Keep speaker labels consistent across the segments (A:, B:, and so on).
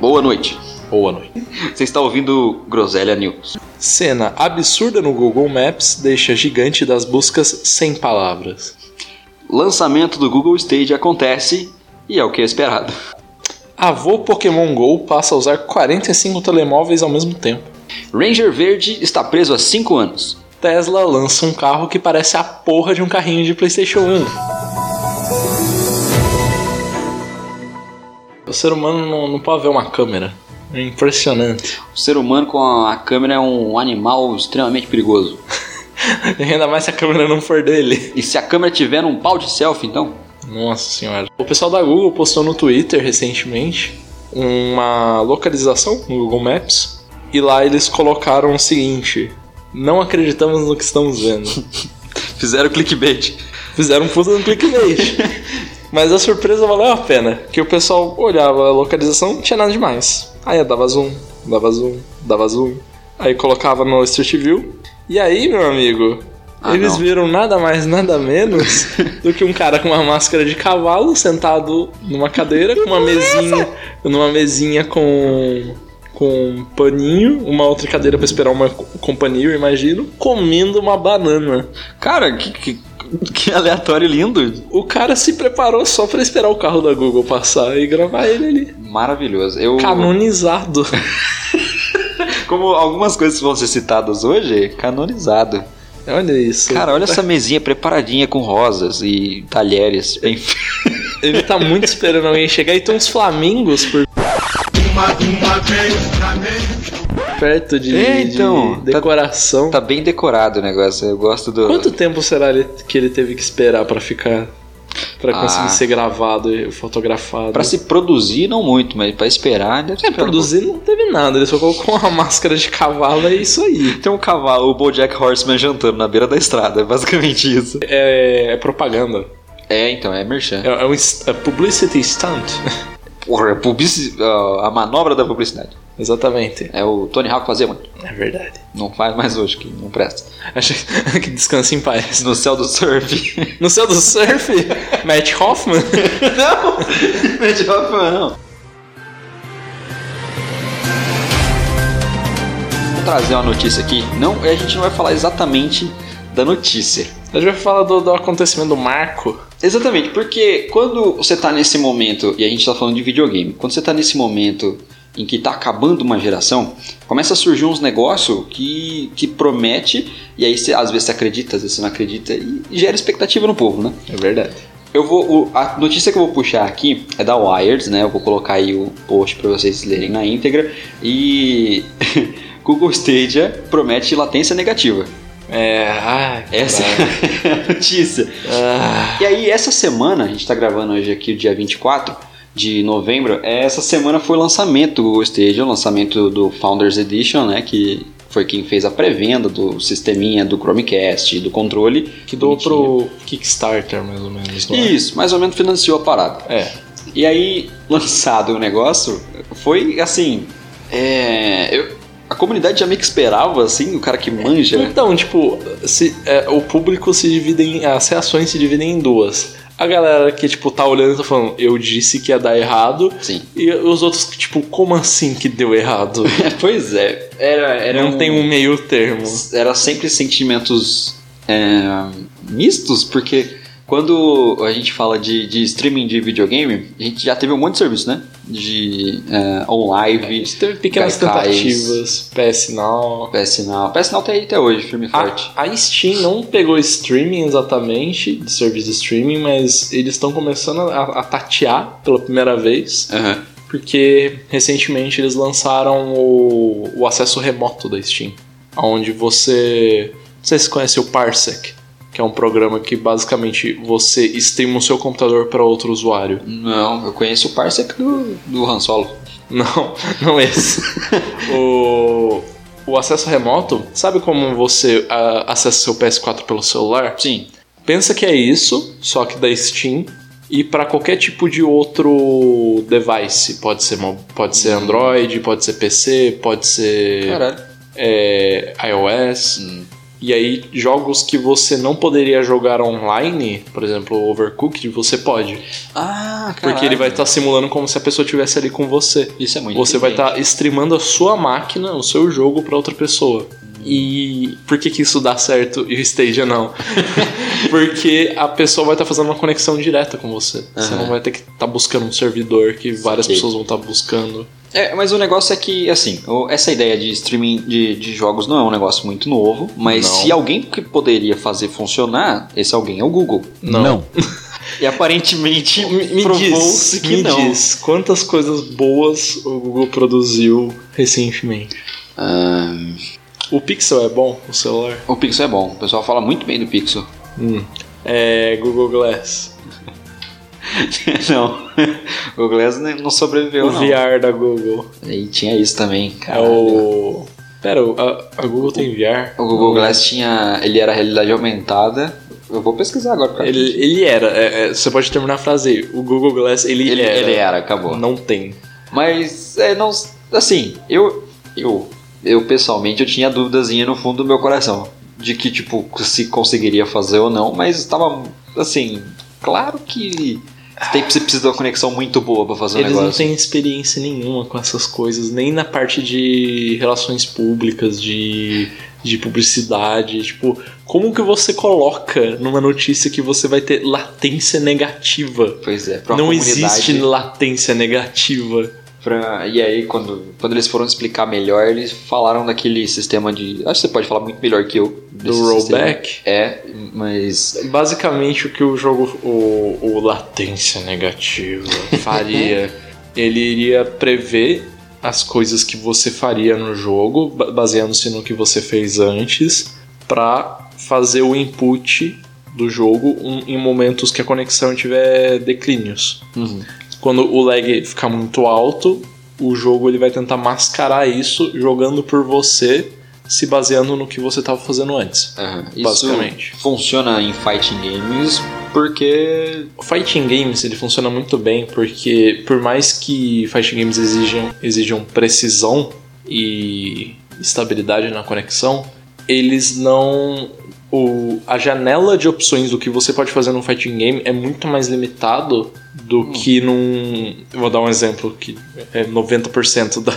A: ou à noite.
B: Ou à noite.
A: Você está ouvindo Groselha News.
B: Cena absurda no Google Maps deixa gigante das buscas sem palavras.
A: Lançamento do Google Stage acontece e é o que é esperado.
B: Avô Pokémon GO passa a usar 45 telemóveis ao mesmo tempo.
A: Ranger Verde está preso há 5 anos.
B: Tesla lança um carro que parece a porra de um carrinho de PlayStation 1. O ser humano não, não pode ver uma câmera. É impressionante.
A: O ser humano com a câmera é um animal extremamente perigoso.
B: E ainda mais se a câmera não for dele.
A: E se a câmera tiver um pau de selfie, então?
B: Nossa senhora. O pessoal da Google postou no Twitter recentemente uma localização no Google Maps e lá eles colocaram o seguinte: Não acreditamos no que estamos vendo.
A: Fizeram clickbait.
B: Fizeram um puta no clickbait. Mas a surpresa valeu a pena, que o pessoal olhava a localização, não tinha nada demais. Aí eu dava zoom, dava zoom, dava zoom. Aí colocava no Street View. E aí, meu amigo,
A: Ah,
B: eles
A: não.
B: viram nada mais, nada menos do que um cara com uma máscara de cavalo sentado numa cadeira com uma mesinha, numa mesinha com com um paninho, uma outra cadeira pra esperar uma co- companhia, eu imagino, comendo uma banana.
A: Cara, que, que- que aleatório lindo.
B: O cara se preparou só pra esperar o carro da Google passar e gravar ele ali.
A: Maravilhoso. Eu,
B: Canonizado.
A: como algumas coisas vão ser citadas hoje, canonizado.
B: Olha isso.
A: Cara, olha essa mesinha preparadinha com rosas e talheres. Enfim.
B: Ele tá muito esperando alguém chegar e tem uns flamingos por perto de,
A: É,
B: de
A: então, tá-
B: decoração.
A: Tá bem decorado o negócio. Eu gosto do.
B: Quanto tempo será ele- que ele teve que esperar pra ficar Pra conseguir
A: Ah.
B: ser gravado e fotografado?
A: Pra se produzir, não muito, mas pra esperar. né? Deve
B: É, produzir não teve nada, ele só colocou uma máscara de cavalo e é isso aí.
A: Tem um cavalo, o Bojack Horseman jantando na beira da estrada. É basicamente isso.
B: É, é propaganda.
A: É, então, é merchan.
B: É, é um est- é publicity stunt.
A: Porra, é publici- ah, a manobra da publicidade.
B: Exatamente.
A: É o Tony Hawk fazia muito.
B: É verdade.
A: Não faz mais hoje, que não presta.
B: Acho que descansa em paz.
A: No céu do surf.
B: No céu do surf? Matt Hoffman?
A: não! Mad Hoffman, não. Vou trazer uma notícia aqui. Não, a gente não vai falar exatamente da notícia.
B: A gente vai falar do, do acontecimento do Marco.
A: Exatamente, porque quando você tá nesse momento, e a gente tá falando de videogame, quando você tá nesse momento em que tá acabando uma geração, começa a surgir uns negócios que, que promete, e aí você, às vezes você acredita, às vezes você não acredita, e gera expectativa no povo, né?
B: É verdade.
A: Eu vou. o- a notícia que eu vou puxar aqui é da Wired, né? Eu vou colocar aí o post pra vocês lerem na íntegra. E. Google Stadia promete latência negativa.
B: É. Ai,
A: Essa
B: caralho.
A: é a notícia.
B: Ah,
A: E aí, essa semana, a gente tá gravando hoje aqui, dia 24 de novembro, é, essa semana foi o lançamento do Google Stadia, o lançamento do Founders Edition, né, que foi quem fez a pré-venda do sisteminha do Chromecast, do controle.
B: que dou
A: Bonitinho.
B: pro Kickstarter, mais ou menos. não é?
A: Isso, mais ou menos financiou a parada.
B: É.
A: E aí, lançado o negócio, foi assim, é, eu- a comunidade já meio que esperava, assim, o cara que manja, né?
B: Então, tipo, se, é, o público se divide em. As reações se dividem em duas. A galera que, tipo, tá olhando e tá falando, eu disse que ia dar errado.
A: Sim.
B: E os outros que, tipo, como assim que deu errado?
A: pois é, era, era
B: Não tem um meio termo.
A: era sempre sentimentos é, mistos, porque quando a gente fala de, de streaming de videogame, a gente já teve um monte de serviço, né? De é, OnLive,
B: Teve pequenas
A: Gaikais.
B: tentativas, PS Now.
A: PS Now. PS Now tá aí até hoje, firme e
B: Ah.
A: forte.
B: A, a Steam não pegou streaming exatamente, de serviço de streaming, mas eles estão começando a, a tatear pela primeira vez,
A: Aham.
B: porque recentemente eles lançaram o, o acesso remoto da Steam, onde você. Não sei se você conhece o Parsec, que é um programa que basicamente você streama o seu computador para outro usuário.
A: Não, eu conheço o Parsec do, do Han Solo.
B: Não, não esse. o, o acesso remoto, sabe como você ah, acessa seu PS4 pelo celular?
A: Sim.
B: Pensa que é isso, só que da Steam e para qualquer tipo de outro device, pode ser mo- pode ser Android, pode ser PC, pode ser
A: Caralho.
B: é, iOS.
A: Hum.
B: E aí, jogos que você não poderia jogar online, por exemplo, Overcooked, você pode.
A: Ah, cara.
B: Porque ele vai estar simulando como se a pessoa estivesse ali com você.
A: Isso é muito
B: Você vai
A: inteligente.
B: estar streamando a sua máquina, o seu jogo pra outra pessoa. E por que, que isso dá certo e o Stadia não? Porque a pessoa vai estar fazendo uma conexão direta com você. Você
A: Aham.
B: não vai ter que estar buscando um servidor que várias
A: Saquei.
B: pessoas vão estar buscando.
A: É, mas o negócio é que, assim, o- essa ideia de streaming de, de jogos não é um negócio muito novo, mas
B: Não.
A: se alguém que poderia fazer funcionar, esse alguém é o Google.
B: Não.
A: E aparentemente
B: Me, me diz,
A: provou-se que
B: me
A: não.
B: diz, quantas coisas boas o Google produziu recentemente?
A: Ah,
B: O Pixel é bom, o celular?
A: o Pixel é bom, o pessoal fala muito bem do Pixel.
B: É Google Glass.
A: não, o Google Glass ne- não sobreviveu,
B: o
A: não.
B: VR da Google.
A: E tinha isso também,
B: É
A: cara.
B: o. Pera, a, a Google tem VR?
A: O Google Glass tinha. Ele era realidade aumentada. Eu vou pesquisar agora, cara.
B: Ele, ele era. é, é, você pode terminar a frase aí. O Google Glass, ele,
A: ele,
B: era.
A: ele é era, acabou.
B: Não tem.
A: Mas é não, assim, eu eu eu pessoalmente eu tinha duvidazinha no fundo do meu coração de que tipo se conseguiria fazer ou não, mas estava assim, claro que tem você precisa de uma conexão muito boa pra fazer um
B: Eles não
A: negócio.
B: têm experiência nenhuma com essas coisas, nem na parte de relações públicas, de, de publicidade. Tipo, como que você coloca numa notícia que você vai ter latência negativa?
A: Pois é, pra uma
B: não
A: comunidade,
B: existe latência negativa.
A: pra- e aí quando quando eles foram explicar melhor, eles falaram daquele sistema de, acho que você pode falar muito melhor que eu
B: Do
A: desse sistema.
B: rollback.
A: É, mas
B: Basicamente o que o jogo, o, o latência negativa faria, ele iria prever as coisas que você faria no jogo, ba- baseando-se no que você fez antes, pra fazer o input do jogo um- em momentos que a conexão tiver declínios.
A: uhum.
B: Quando o lag ficar muito alto, o jogo ele vai tentar mascarar isso jogando por você, se baseando no que você estava fazendo antes.
A: Aham.
B: Basicamente.
A: Isso funciona em fighting games porque
B: O Fighting Games ele funciona muito bem porque por mais que Fighting Games exijam, exijam precisão e estabilidade na conexão, eles não. O, a janela de opções do que você pode fazer num fighting game é muito mais limitado do
A: Hum.
B: que num. eu Vou dar um exemplo que é 90% da.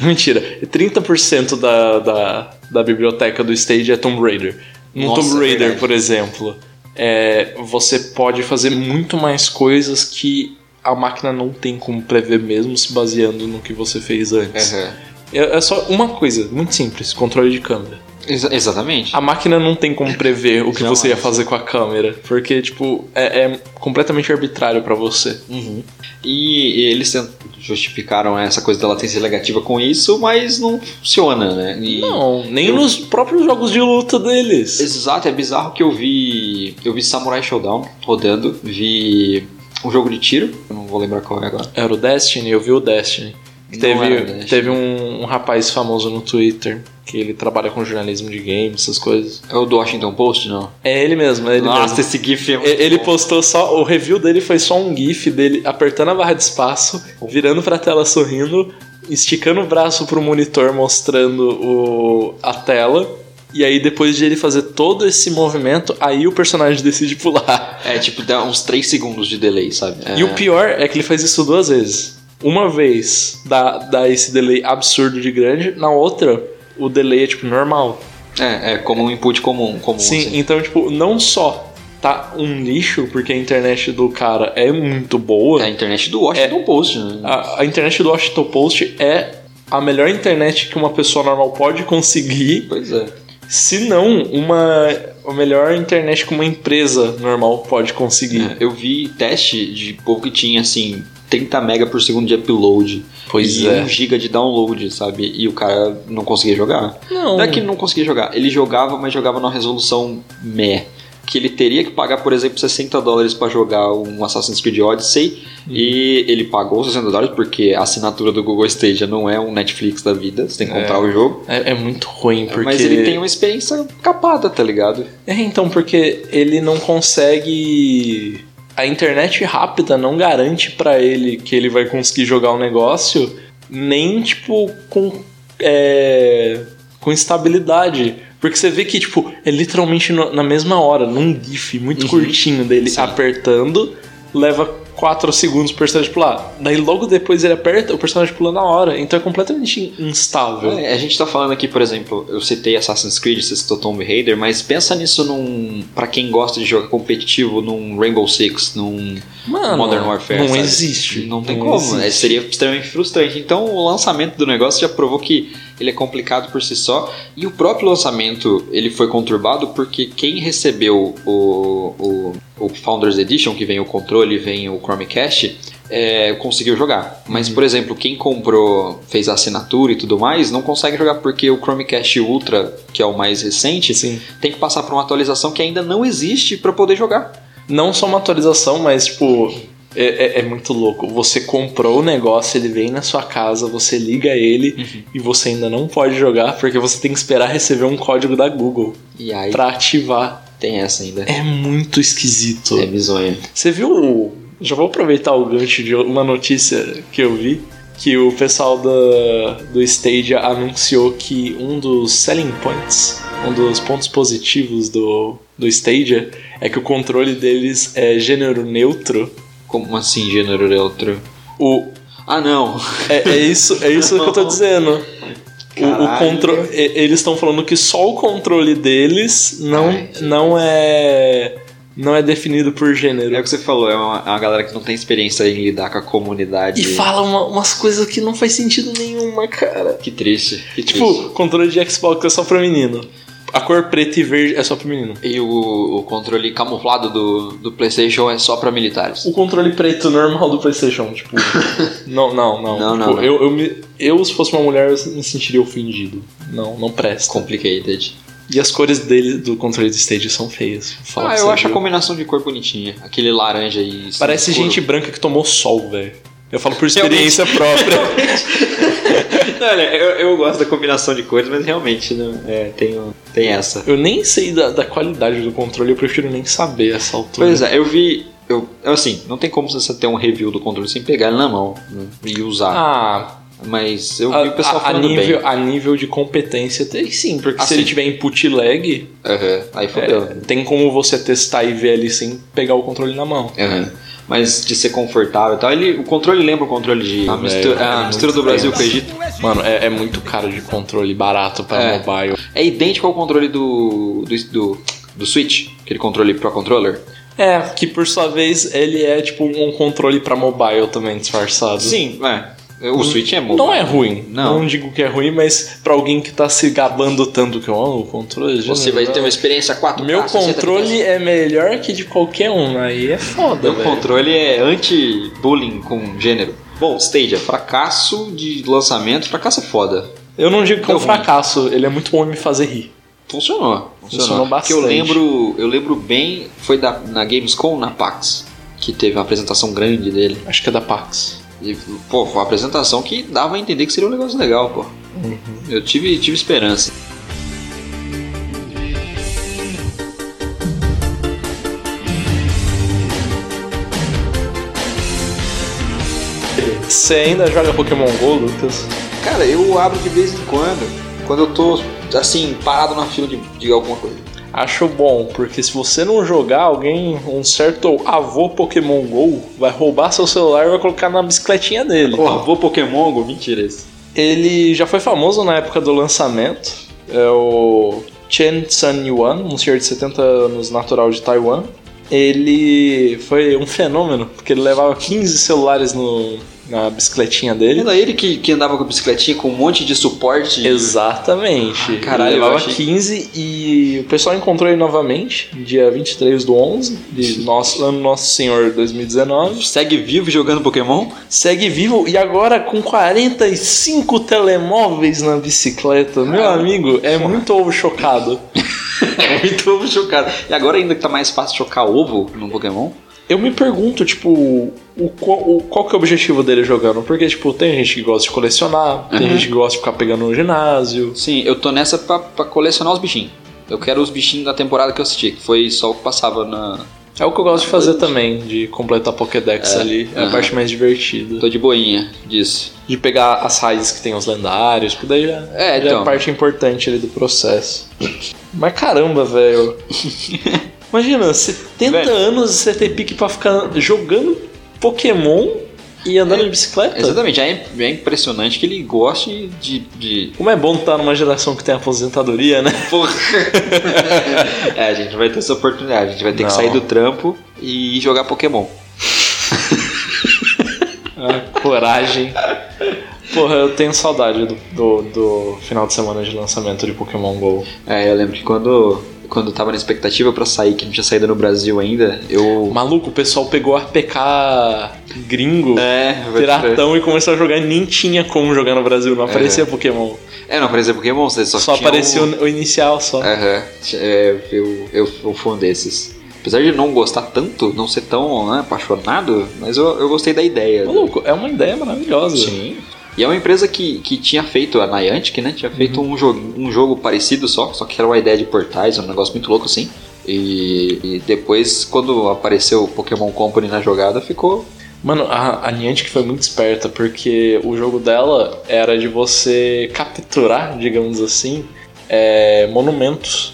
B: Mentira, é 30% da, da, da biblioteca do stage é Tomb Raider. Num
A: Nossa,
B: Tomb
A: é
B: Raider,
A: verdade.
B: por exemplo, é, você pode fazer muito mais coisas que a máquina não tem como prever mesmo se baseando no que você fez antes. É, é só uma coisa, muito simples, controle de câmera.
A: Exa- exatamente.
B: A máquina não tem como prever o que
A: Jamais.
B: você ia fazer com a câmera, porque, tipo, é, é completamente arbitrário pra você.
A: E eles tent- justificaram essa coisa da latência negativa com isso, mas não funciona, né? E-
B: Não, nem nos próprios jogos de luta deles.
A: Exato, é bizarro que eu vi. Eu vi Samurai Showdown rodando, vi um jogo de tiro, eu não vou lembrar qual é agora.
B: Era o Destiny, eu vi o Destiny. Que
A: Não
B: teve
A: era o Destiny.
B: teve um, um rapaz famoso no Twitter, que ele trabalha com jornalismo de games, essas coisas.
A: É o do Washington Post, não?
B: É ele mesmo, é ele mesmo.
A: Nossa, esse GIF é muito
B: E- Ele
A: bom.
B: postou só. O review dele foi só um GIF dele apertando a barra de espaço, virando pra tela sorrindo, esticando o braço pro monitor mostrando o, a tela. E aí, depois de ele fazer todo esse movimento, aí o personagem decide pular.
A: É tipo, dá uns 3 segundos de delay, sabe? É,
B: E o pior é que ele faz isso duas vezes. Uma vez dá, dá esse delay absurdo de grande, na outra, o delay é tipo normal.
A: é, é como um input comum. comum
B: Sim,
A: assim.
B: então, tipo, não só tá um lixo, porque a internet do cara é muito boa.
A: É a internet do Washington Post, né?
B: A, a internet do Washington Post é a melhor internet que uma pessoa normal pode conseguir,
A: Pois é.
B: se não uma a melhor internet que uma empresa normal pode conseguir.
A: É, Eu vi teste de povo que tinha assim 30 mega por segundo de upload e
B: é.
A: 1 giga de download, sabe? E o cara não conseguia jogar.
B: Não.
A: Não é que ele não conseguia jogar, ele jogava, mas jogava numa resolução meh. Que ele teria que pagar, por exemplo, 60 dólares pra jogar um Assassin's Creed Odyssey
B: Uhum.
A: e ele pagou 60 dólares porque a assinatura do Google Stadia não é um Netflix da vida, você tem que comprar
B: É.
A: o jogo.
B: É, é muito ruim, porque.
A: Mas ele tem uma experiência capada, tá ligado?
B: É, então, porque ele não consegue. A internet rápida não garante pra ele que ele vai conseguir jogar o negócio, nem, tipo, com. é, com estabilidade. Porque você vê que, tipo, é literalmente no- na mesma hora, num GIF muito
A: Uhum.
B: curtinho dele
A: Sim.
B: apertando, leva 4 segundos pro personagem pular. Daí logo depois ele aperta, o personagem pula na hora. Então é completamente instável.
A: É, a gente tá falando aqui, por exemplo, eu citei Assassin's Creed, você citou Tomb Raider, mas pensa nisso num. pra quem gosta de jogo competitivo, num Rainbow Six, num
B: Mano,
A: Modern Warfare.
B: não
A: sabe?
B: existe.
A: Não tem como, né?
B: existe.
A: seria extremamente frustrante. Então o lançamento do negócio já provou que ele é complicado por si só. E o próprio lançamento ele foi conturbado porque quem recebeu o, o, o Founders Edition, que vem o controle, vem o Chromecast, é, conseguiu jogar. Mas,
B: Uhum.
A: por exemplo, quem comprou, fez a assinatura e tudo mais, não consegue jogar porque o Chromecast Ultra, que é o mais recente,
B: Sim.
A: tem que passar por uma atualização que ainda não existe para poder jogar.
B: Não só uma atualização, mas tipo. É, é- é muito louco. Você comprou o negócio, ele vem na sua casa, você liga ele e você ainda não pode jogar porque você tem que esperar receber um código da Google
A: E aí
B: pra ativar.
A: tem essa ainda.
B: É muito esquisito.
A: É bizonho.
B: Você viu. o- Já vou aproveitar o gancho de uma notícia que eu vi. Que o pessoal da, do Stadia anunciou que um dos selling points, um dos pontos positivos do, do Stadia, é que o controle deles é gênero neutro.
A: Como assim, gênero neutro?
B: O,
A: Ah, não.
B: é, é isso, é isso que eu tô dizendo. O, o
A: Caralho.
B: contro, e- eles estão falando que só o controle deles não,
A: Ai, Jesus.
B: não é não é definido por gênero.
A: É o que você falou, é uma, é uma galera que não tem experiência em lidar com a comunidade.
B: E fala uma- umas coisas que não faz sentido nenhuma, cara.
A: Que triste. Que triste.
B: Tipo, controle de Xbox é só pra menino. A cor preta e verde é só pra menino.
A: E o, o controle camuflado do, do PlayStation é só pra militares.
B: O controle preto normal do PlayStation, tipo. não, não, não.
A: Não, não,
B: Tipo,
A: não.
B: Eu, eu, me- eu, se fosse uma mulher, eu me sentiria ofendido. Não, não presta.
A: Complicated.
B: E as cores dele do controle do stage são feias. Vou falar
A: ah,
B: pra
A: eu
B: você,
A: acho a
B: viu?
A: combinação de cor bonitinha. Aquele laranja e.
B: Parece
A: escuro.
B: gente branca que tomou sol, velho. Eu falo por
A: Realmente.
B: experiência própria.
A: Não, olha, eu, eu gosto da combinação de cores, mas realmente não, é, tem, um- tem essa.
B: Eu nem sei da, da qualidade do controle, eu prefiro nem saber essa altura.
A: Pois é, eu vi. Eu, assim, não tem como você ter um review do controle sem pegar ele na mão né, e usar.
B: Ah,
A: mas eu
B: a,
A: vi o pessoal
B: a- a
A: falando
B: nível,
A: bem.
B: a nível de competência tem sim, porque se
A: Assim. Então.
B: ele tiver input lag,
A: Aham, Aí
B: é,
A: fodeu.
B: tem como você testar e ver ali sem pegar o controle na mão.
A: Aham. Mas de ser confortável e tal. Ele, o controle lembra o controle de. A
B: velho,
A: mistura, a
B: é
A: mistura do
B: muito
A: Brasil com o
B: tenso.
A: Egito.
B: Mano, é, é muito caro de controle barato pra
A: É.
B: mobile.
A: É idêntico ao controle do. do, do, do Switch, aquele controle Pro Controller.
B: É, que por sua vez ele é tipo um controle pra mobile também disfarçado.
A: Sim, é. O Switch é mobile.
B: Não é ruim.
A: Não.
B: Não. digo que é ruim, mas pra alguém que tá se gabando tanto que eu amo o controle. é
A: Você vai ter um Ah, uma experiência 4K.
B: né? Meu
A: 60
B: controle é melhor que de qualquer um, aí é foda,
A: Meu
B: velho.
A: controle é anti-bullying com gênero. Bom, Stadia, fracasso de lançamento, fracasso é foda.
B: Eu não digo que é um
A: Deu ruim.
B: fracasso, ele é muito bom em me fazer rir.
A: Funcionou. Funcionou,
B: Funcionou
A: Porque eu
B: bastante.
A: lembro, eu lembro bem, foi da, na Gamescom, na PAX, que teve uma apresentação grande dele.
B: Acho que é da Pax.
A: E, pô, foi uma apresentação que dava a entender que seria um negócio legal, pô.
B: Uhum.
A: Eu tive, tive esperança.
B: Você ainda joga Pokémon GO, Lucas?
A: Cara, eu abro de vez em quando, quando eu tô, assim, parado na fila de, de alguma coisa.
B: Acho bom, porque se você não jogar, alguém, um certo avô Pokémon GO, vai roubar seu celular e vai colocar na bicicletinha dele.
A: Porra, vou Pokémon Go? Mentira esse.
B: Ele já foi famoso na época do lançamento. É o Chen Sun Yuan, um senhor de 70 anos natural de Taiwan. Ele foi um fenômeno, porque ele levava 15 celulares no, na bicicletinha dele.
A: Era ele que, que andava com a bicicletinha com um monte de suporte.
B: Exatamente.
A: Ah, caralho,
B: ele
A: eu
B: levava
A: achei-
B: 15 e o pessoal encontrou ele novamente, dia 23 do 11, de nosso, ano Nosso Senhor 2019.
A: Segue vivo jogando Pokémon?
B: Segue vivo e agora com 45 telemóveis na bicicleta. Meu
A: Cara,
B: amigo, é muito ovo chocado.
A: É muito ovo chocado. E agora ainda que tá mais fácil chocar ovo no Pokémon?
B: Eu me pergunto, tipo, o, qual- o- qual que é o objetivo dele jogando? Porque, tipo, tem gente que gosta de colecionar, tem
A: Uhum.
B: gente que gosta de ficar pegando no ginásio.
A: Sim, eu tô nessa pra, pra colecionar os bichinhos. Eu quero os bichinhos da temporada que eu assisti, que foi só o que passava na,
B: É o que eu gosto de fazer também, de completar Pokédex
A: Ah, É,
B: ali. É a
A: aham.
B: parte mais divertida.
A: Tô de boinha disso.
B: De pegar as raízes que tem os lendários, porque daí já,
A: É,
B: já é
A: então.
B: a parte importante ali do processo. Mas caramba, velho. Imagina, 70
A: Velho.
B: anos e você ter pique pra ficar jogando Pokémon e andando de bicicleta?
A: Exatamente, já é, já é impressionante que ele goste de. de...
B: Como é bom estar numa geração que tem aposentadoria, né?
A: Porra. é, a gente não vai ter essa oportunidade. A gente vai ter
B: Não.
A: que sair do trampo e ir jogar Pokémon.
B: A Ah, coragem. Porra, eu tenho saudade do, do, do final de semana de lançamento de Pokémon GO.
A: É, eu lembro que quando, quando eu tava na expectativa pra sair, que não tinha saído no Brasil ainda, eu.
B: Maluco, o pessoal pegou APK gringo,
A: É, vai-
B: piratão, e começou a jogar e nem tinha como jogar no Brasil, não aparecia Pokémon.
A: É, não aparecia Pokémon, você só,
B: Só,
A: tinha um
B: aparecia
A: o-
B: o... o inicial só.
A: Aham, é, eu, eu, eu fui um desses. Apesar de não gostar tanto, não ser tão né, apaixonado, mas eu, eu gostei da ideia.
B: Maluco, é uma ideia maravilhosa.
A: Sim. E é uma empresa que, que tinha feito, a Niantic, né? Tinha feito
B: Uhum.
A: um, jogo, um jogo parecido só, só que era uma ideia de portais, um negócio muito louco assim. E, e depois, quando apareceu o Pokémon Company na jogada, ficou.
B: Mano, a, a Niantic foi muito esperta, porque o jogo dela era de você capturar, digamos assim, é, monumentos.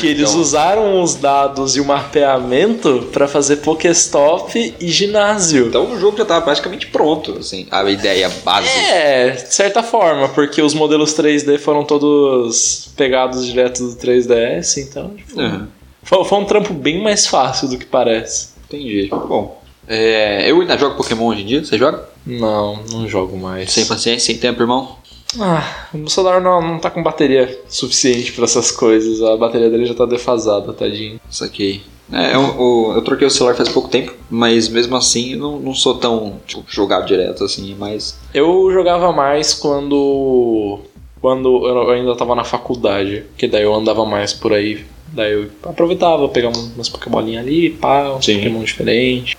B: que eles
A: então.
B: usaram os dados e o mapeamento pra fazer Pokéstop e ginásio.
A: Então o jogo já tava praticamente pronto, assim, a ideia base.
B: É, de certa forma, porque os modelos 3D foram todos pegados direto do 3DS, então tipo,
A: Aham.
B: foi, foi um trampo bem mais fácil do que parece.
A: Entendi. Bom, é, eu ainda jogo Pokémon hoje em dia. Você joga?
B: Não, não jogo mais.
A: Sem paciência, sem tempo, irmão?
B: Ah, o meu celular não, não tá com bateria suficiente pra essas coisas. A bateria dele já tá defasada, tadinho.
A: Isso aqui. É, eu, eu- eu troquei o celular faz pouco tempo, mas mesmo assim eu não, não sou tão tipo, jogado direto assim, mas.
B: Eu jogava mais quando. Quando eu ainda tava na faculdade, que daí eu andava mais por aí. Daí eu aproveitava, pegava umas Pokébolinhas ali, pá, uns
A: Sim.
B: Pokémon diferente.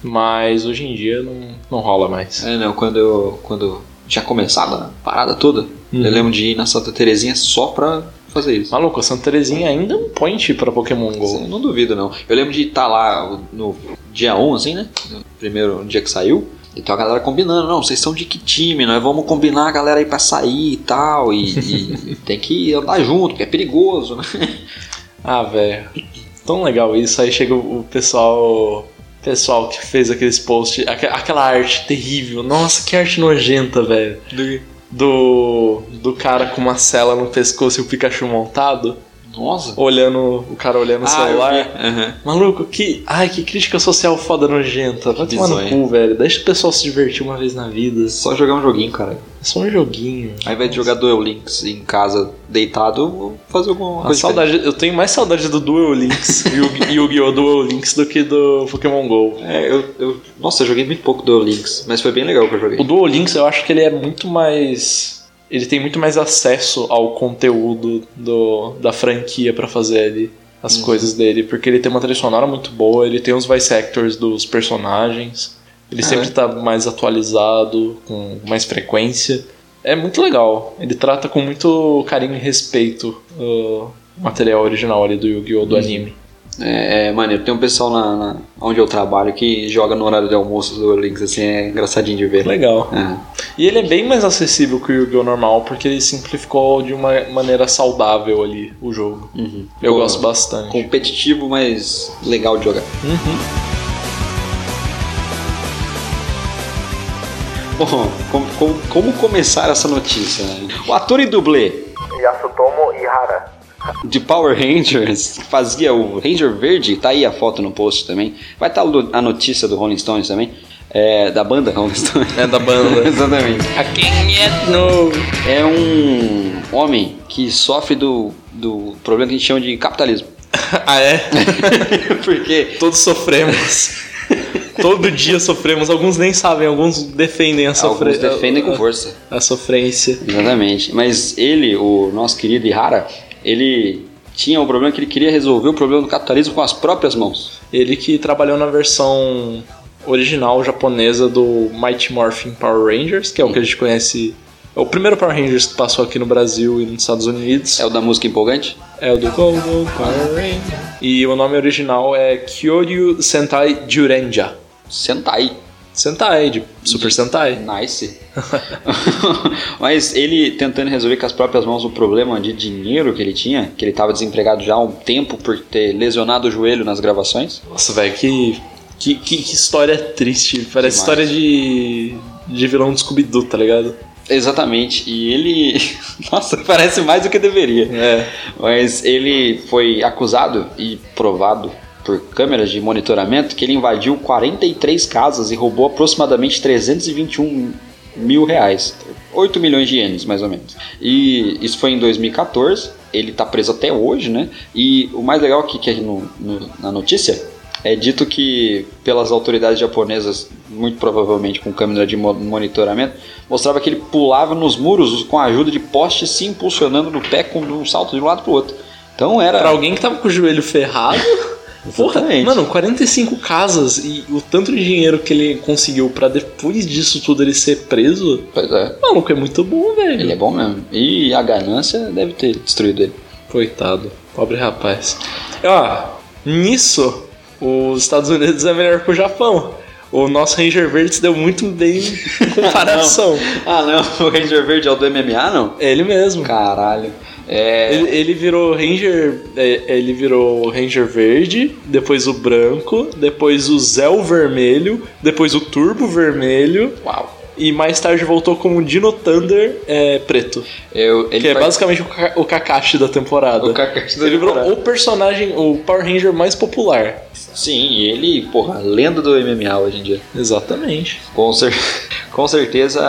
B: Mas hoje em dia não, não rola mais.
A: É, não, quando eu, quando eu tinha começado a parada toda, eu lembro de ir na Santa Terezinha só pra fazer isso.
B: Maluco, a Santa Terezinha ainda é um point pra Pokémon GO.
A: Sim, não duvido, não. Eu lembro de estar lá no dia 1, assim, né? No primeiro dia que saiu. Então a galera combinando, não, vocês são de que time? Nós vamos combinar a galera aí pra sair e tal. E, e tem que andar junto, porque é perigoso, né?
B: Ah, velho. Tão legal isso. Aí chega o o pessoal. Pessoal que fez aqueles posts, aque- aquela arte terrível. Nossa, que arte nojenta, velho. Do, do cara com uma cela no pescoço e o Pikachu montado,
A: Nossa. Ah,
B: olhando o cara olhando o
A: eu
B: celular.
A: vi. Aham.
B: Maluco, que. Ai, que crítica social foda nojenta. Vai tomar no
A: Bizonha.
B: cu, velho. Deixa o pessoal se divertir uma vez na vida.
A: Só jogar um joguinho, cara.
B: É só um joguinho.
A: Ao invés de jogar Duel Links em casa deitado, eu vou fazer alguma
B: A
A: coisa.
B: saudade, eu tenho mais saudade do Duel Links e o Yu-Gi-Oh! Duel Links do que do Pokémon GO.
A: diferente. É, eu, eu- Nossa, eu joguei muito pouco Duel Links, mas foi bem legal que eu joguei.
B: O Duel Links eu acho que ele é muito mais. Ele tem muito mais acesso ao conteúdo do, da franquia pra fazer ali as
A: Uhum.
B: coisas dele, porque ele tem uma trilha sonora muito boa, ele tem os voice actors dos personagens, ele
A: Ah,
B: sempre
A: é?
B: tá mais atualizado, com mais frequência. É muito legal. Ele trata com muito carinho e respeito uh, o material original ali do Yu-Gi-Oh!
A: Uhum.
B: do anime.
A: É, é maneiro. Tem um pessoal na, na- onde eu trabalho que joga no horário de almoço do Links, assim, é engraçadinho de ver.
B: Legal.
A: É.
B: E ele é bem mais acessível que o Yu-Gi-Oh! normal, porque ele simplificou de uma maneira saudável ali o jogo.
A: Uhum.
B: Eu
A: Com-
B: gosto bastante.
A: Competitivo, mas legal de jogar.
B: Uhum.
A: Bom, como, como- como começar essa notícia? né? O ator e dublê
C: Yasutomo Ihara.
A: de Power Rangers que fazia o Ranger Verde, tá aí a foto no post também. Vai estar a notícia do Rolling Stones também. É, da banda Rolling Stones.
B: É da banda.
A: Exatamente. É um homem que sofre do, do problema que a gente chama de capitalismo.
B: ah, é?
A: Porque.
B: Todos sofremos. Todo dia sofremos. Alguns nem sabem, alguns defendem a
A: Alguns
B: sofrência.
A: defendem com força.
B: A sofrência.
A: Exatamente. Mas ele, o nosso querido Ihara, ele tinha um problema que ele queria resolver o problema do capitalismo com as próprias mãos.
B: Ele que trabalhou na versão original japonesa do Mighty Morphin Power Rangers,
A: Hum.
B: que é o que a gente conhece. É o primeiro Power Rangers que passou aqui no Brasil e nos Estados Unidos.
A: É o da música empolgante?
B: É o do Go Go Garen. E o nome original é Kyoryu Sentai Jurenja.
A: Sentai.
B: Sentai, de Super Sentai.
A: Nice. Mas ele tentando resolver com as próprias mãos o problema de dinheiro que ele tinha, que ele estava desempregado já há um tempo por ter lesionado o joelho nas gravações.
B: Nossa, velho, que, que, que, que história triste.
A: Demais.
B: Parece história de, de vilão do Scooby-Doo, tá ligado?
A: Exatamente. E ele. Nossa, parece mais do que deveria.
B: É.
A: Mas ele foi acusado e provado por câmeras de monitoramento que ele invadiu 43 casas e roubou aproximadamente 321 mil reais. 8 milhões de ienes, mais ou menos. E isso foi em 2014. Ele tá preso até hoje, né? E o mais legal aqui que é no- no- na notícia é dito que pelas autoridades japonesas, muito provavelmente com câmera de mo- monitoramento, mostrava que ele pulava nos muros com a ajuda de postes se impulsionando no pé com um salto de um lado pro outro. Então era
B: Pra alguém que tava com o joelho ferrado. Porra,
A: Exatamente.
B: mano, 45 casas e o tanto de dinheiro que ele conseguiu pra depois disso tudo ele ser preso,
A: Pois é,
B: o maluco é muito bom, velho.
A: ele é bom mesmo. E a ganância deve ter destruído ele.
B: Coitado, pobre rapaz. Ó, nisso, os Estados Unidos é melhor que o Japão. O nosso Ranger Verde se deu muito bem em comparação.
A: Ah não, o Ranger Verde é o do MMA, não?
B: É ele mesmo.
A: Caralho. É.
B: Ele, ele virou Ranger. é, Ele virou Ranger Verde, depois o branco, depois o Zell vermelho, depois o Turbo vermelho.
A: Uau.
B: E mais tarde voltou como Dino Thunder é, preto.
A: Eu, ele
B: que é
A: faz-
B: basicamente o, Ka- o Kakashi da temporada.
A: o Kakashi da
B: Ele virou um-
A: temporada.
B: o personagem, o Power Ranger mais popular.
A: Sim, e ele, porra, lenda do MMA hoje em dia.
B: Exatamente.
A: Com, cer com certeza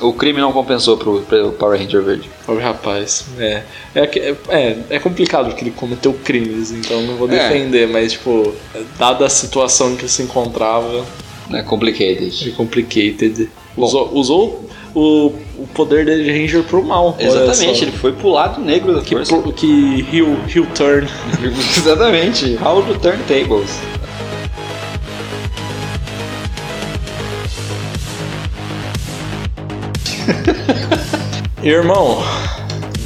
A: o crime não compensou pro, pro Power Ranger Verde.
B: Pobre rapaz. É. É, que- é, é complicado porque ele cometeu crimes, então não vou
A: É.
B: defender, mas, tipo, dada a situação em que ele se encontrava,
A: É complicated.
B: é complicated. Usou, usou o, o poder dele de Ranger pro mal. olha
A: Exatamente,
B: só.
A: ele foi pro lado negro da força.
B: Pro- Que Hill, Hill Turn.
A: Exatamente, How to Turntables.
B: Irmão,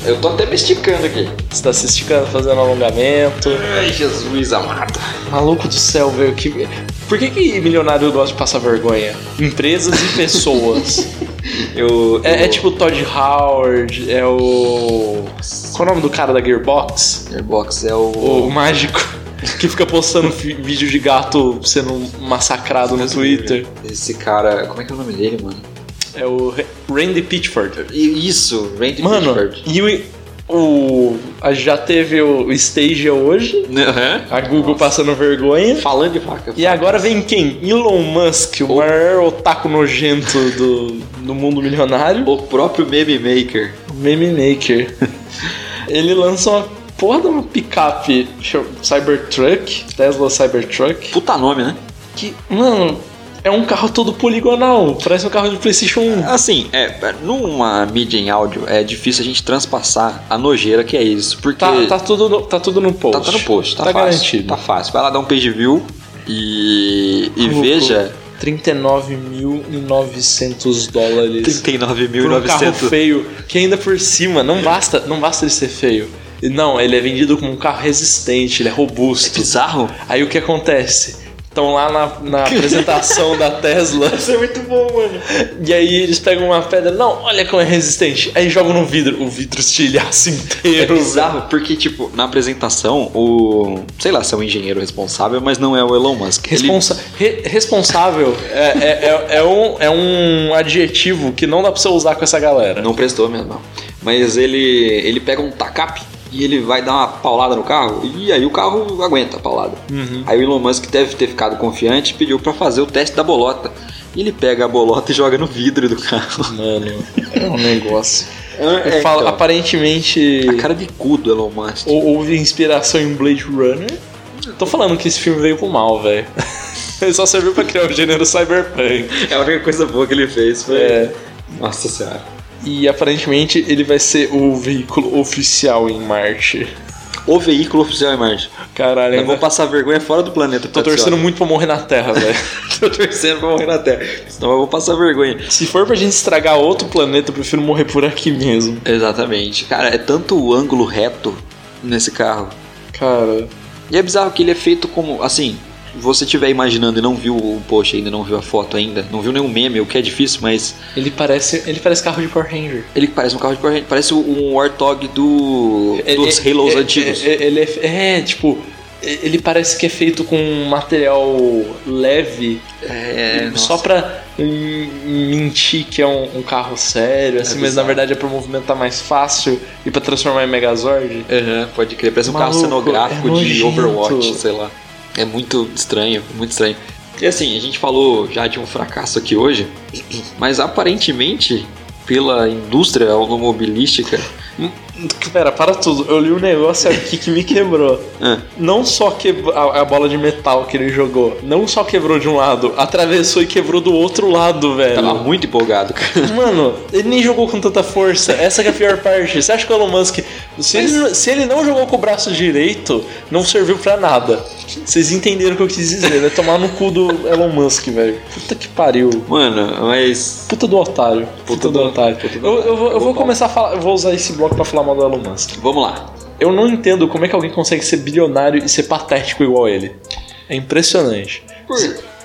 A: Eu tô até me esticando aqui.
B: você tá se esticando, fazendo alongamento.
A: Ai, Jesus amado.
B: Maluco do céu, velho. Que... Por que, que milionário gosta de passar vergonha? Empresas e pessoas.
A: Eu,
B: É,
A: eu-
B: é tipo o Todd Howard, é o. Qual é o nome do cara da Gearbox?
A: Airbox é
B: O
A: o.
B: mágico. Que fica postando fi- vídeo de gato sendo massacrado no Twitter.
A: Esse cara. Como é que é o nome dele, mano?
B: É o Ra- Randy Pitchford.
A: E- Isso, Randy
B: Mano,
A: Pitchford.
B: e o. O, a gente já teve o, o Stadia hoje,
A: Aham.
B: a Google passando vergonha.
A: Falando de vaca.
B: Né, E agora vem quem? Elon Musk, o maior otaku nojento do, do mundo milionário.
A: O próprio Meme Maker.
B: Meme Maker. Ele lança uma porra de uma picape chama- Cybertruck, Tesla Cybertruck,
A: Puta nome, né?
B: que, mano, é um carro todo poligonal, parece um carro de PlayStation 1.
A: Assim, é, numa mídia em áudio é difícil a gente transpassar a nojeira que é isso, porque
B: Tá, tá, tudo no, tá tudo no post.
A: tá, tá no post, tá,
B: Tá
A: fácil,
B: garantido.
A: tá fácil. Vai lá dar um page view e, e
B: Maluco,
A: veja
B: 39.900 dólares. Por um carro
A: 39.900.
B: feio, que ainda por cima, não basta, não basta ele ser feio. Não, ele é vendido como um carro resistente, ele é robusto.
A: Bizarro?
B: Aí o que acontece? Estão lá na, na apresentação da Tesla.
A: Isso é muito bom, mano.
B: E aí eles pegam uma pedra, não, olha como é resistente. Aí jogam no vidro, o vidro estilhaço
A: É
B: inteiro.
A: bizarro porque, tipo, na apresentação, o. Sei lá se é o engenheiro responsável, mas não é o Elon Musk. Ele-
B: Responsa- re- responsável é, é- é- é um, é um adjetivo que não dá pra você usar com essa galera.
A: Não prestou mesmo, não. Mas ele, ele pega um tacape e ele vai dar uma paulada no carro e aí o carro aguenta a paulada. Aí o Elon Musk deve ter ficado confiante e pediu pra fazer o teste da bolota. E ele pega a bolota e joga no vidro do carro.
B: Mano, é um negócio.
A: É,
B: Eu falo,
A: então,
B: aparentemente
A: a cara de cu do Elon Musk.
B: hou- houve inspiração em Blade Runner. Tô falando que esse filme veio pro mal, velho. Ele só serviu pra criar o gênero cyberpunk.
A: É a única coisa boa que ele fez foi.
B: É.
A: Nossa senhora.
B: E aparentemente ele vai ser o veículo oficial em Marte.
A: O veículo oficial em Marte.
B: Caralho,
A: Eu
B: ainda
A: vou passar vergonha fora do planeta.
B: Tô torcendo muito pra morrer na Terra, velho.
A: Tô torcendo pra morrer na Terra. Senão eu vou passar vergonha.
B: Se for pra gente estragar outro planeta, eu prefiro morrer por aqui mesmo.
A: Exatamente. Cara, é tanto o ângulo reto nesse carro.
B: Cara,
A: E é bizarro que ele é feito como, assim, você estiver imaginando e não viu o post ainda, não viu a foto ainda, não viu nenhum meme, o que é difícil, mas
B: ele parece, ele parece carro de Power Ranger.
A: ele parece um carro de Power Ranger, parece um Warthog do, dos
B: Ele-
A: Halos
B: é-
A: antigos.
B: é- é- Ele é, é, tipo, ele parece que é feito com um material leve,
A: É, nossa.
B: só pra hum, mentir que é um, um carro sério, assim, mas na
A: bizarro.
B: verdade é pra movimentar mais fácil e pra transformar em Megazord.
A: Aham, pode crer. Parece um carro
B: Maluco,
A: cenográfico
B: é
A: de
B: nojento.
A: Overwatch, sei lá. É muito estranho, muito estranho. E assim, a gente falou já de um fracasso aqui hoje, mas aparentemente, pela indústria automobilística,
B: Pera, para tudo. Eu li um negócio aqui que me quebrou.
A: ah,
B: Não só quebrou a, a bola de metal que ele jogou, não só quebrou de um lado, atravessou e quebrou do outro lado, velho.
A: tava muito empolgado, cara.
B: Mano, ele nem jogou com tanta força. Essa que é a pior parte. Você acha que o Elon Musk, se, ele, se ele não jogou com o braço direito, não serviu pra nada. Vocês entenderam o que eu quis dizer, né? Tomar no cu do Elon Musk, velho. Puta que pariu.
A: Mano, mas. tá
B: Puta do otário. Puta, do, otário.
A: do
B: eu, eu vou, eu
A: otário.
B: vou começar a falar. Eu vou usar esse bloco pra falar mal do Elon Musk.
A: Vamos lá.
B: Eu não entendo como é que alguém consegue ser bilionário e ser patético igual ele. É impressionante.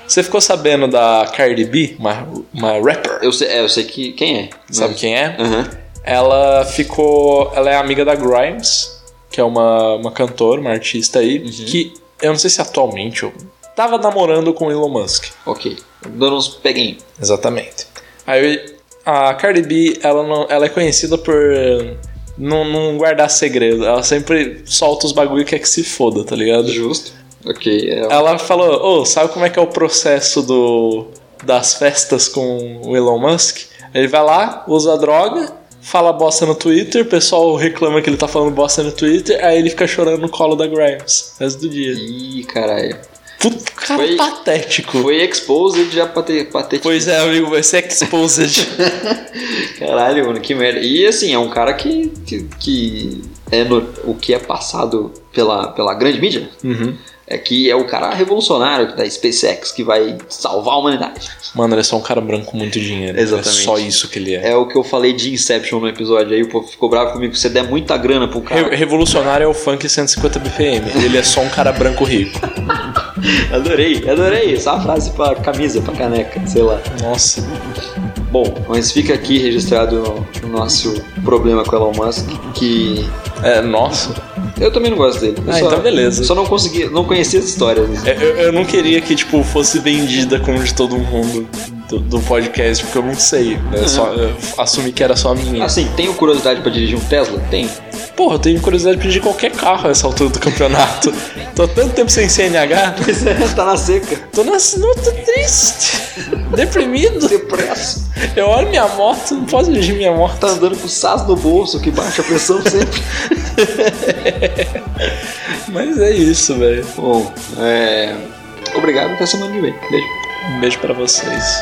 B: Você ficou sabendo da Cardi B, uma, uma rapper?
A: Eu sei, é, eu sei que. Quem é?
B: Sabe quem é?
A: Aham.
B: Ela ficou. Ela é amiga da Grimes, que é uma, uma cantora, uma artista aí, que eu não sei se atualmente eu tava namorando com o Elon Musk.
A: Ok. Dando uns peguinhos.
B: Exatamente. Aí a Cardi B, ela, não- ela é conhecida por eh, não, não guardar segredo. Ela sempre solta os bagulho que é que se foda, tá ligado?
A: Justo. Ok. é-
B: Ela falou: Ô, sabe como é que é o processo do, das festas com o Elon Musk? Ele vai lá, usa a droga, fala bosta no Twitter, o pessoal reclama que ele tá falando bosta no Twitter, aí ele fica chorando no colo da Grimes o resto do dia.
A: Ih, caralho.
B: Puta, cara
A: Foi-
B: patético.
A: Foi exposed já pra ter. Pra ter
B: Pois é, amigo, vai ser exposed.
A: Caralho, mano, que merda. E assim, é um cara que, que, que é no- o que é passado pela, pela grande mídia.
B: Uhum.
A: É que é o cara revolucionário da SpaceX que vai salvar a humanidade.
B: Mano, ele é só um cara branco com muito dinheiro.
A: Exatamente.
B: É só isso que ele é.
A: É o que eu falei de Inception no episódio aí, o povo ficou bravo comigo. Você der muita grana pro cara.
B: Re- Revolucionário é o funk 150 BPM. Ele é só um cara branco rico.
A: Adorei, adorei. Essa frase pra camisa, pra caneca, sei lá.
B: Nossa.
A: Bom, mas fica aqui registrado o nosso problema com o Elon Musk, que
B: É, nossa.
A: eu também não gosto dele. Eu
B: Ah, então beleza.
A: Só não consegui, não conhecia essa história.
B: É, Eu, eu não queria que, tipo, fosse vendida como de todo mundo do, do podcast, porque eu não sei. né? Eu só- eu assumi que era só a minha.
A: Assim, tenho curiosidade pra dirigir um Tesla? Tem.
B: Porra, eu tenho curiosidade de pedir qualquer carro a essa altura do campeonato. tô há tanto tempo sem CNH,
A: Pois é, tá na seca.
B: tô nas tô triste, deprimido.
A: Depresso.
B: Eu olho minha moto, não posso dirigir minha moto.
A: Tá andando com o sas no bolso, que baixa a pressão sempre.
B: Mas é isso, velho.
A: Bom, é... Obrigado, até semana que vem. Beijo.
B: Um beijo pra vocês.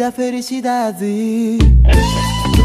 D: fazer.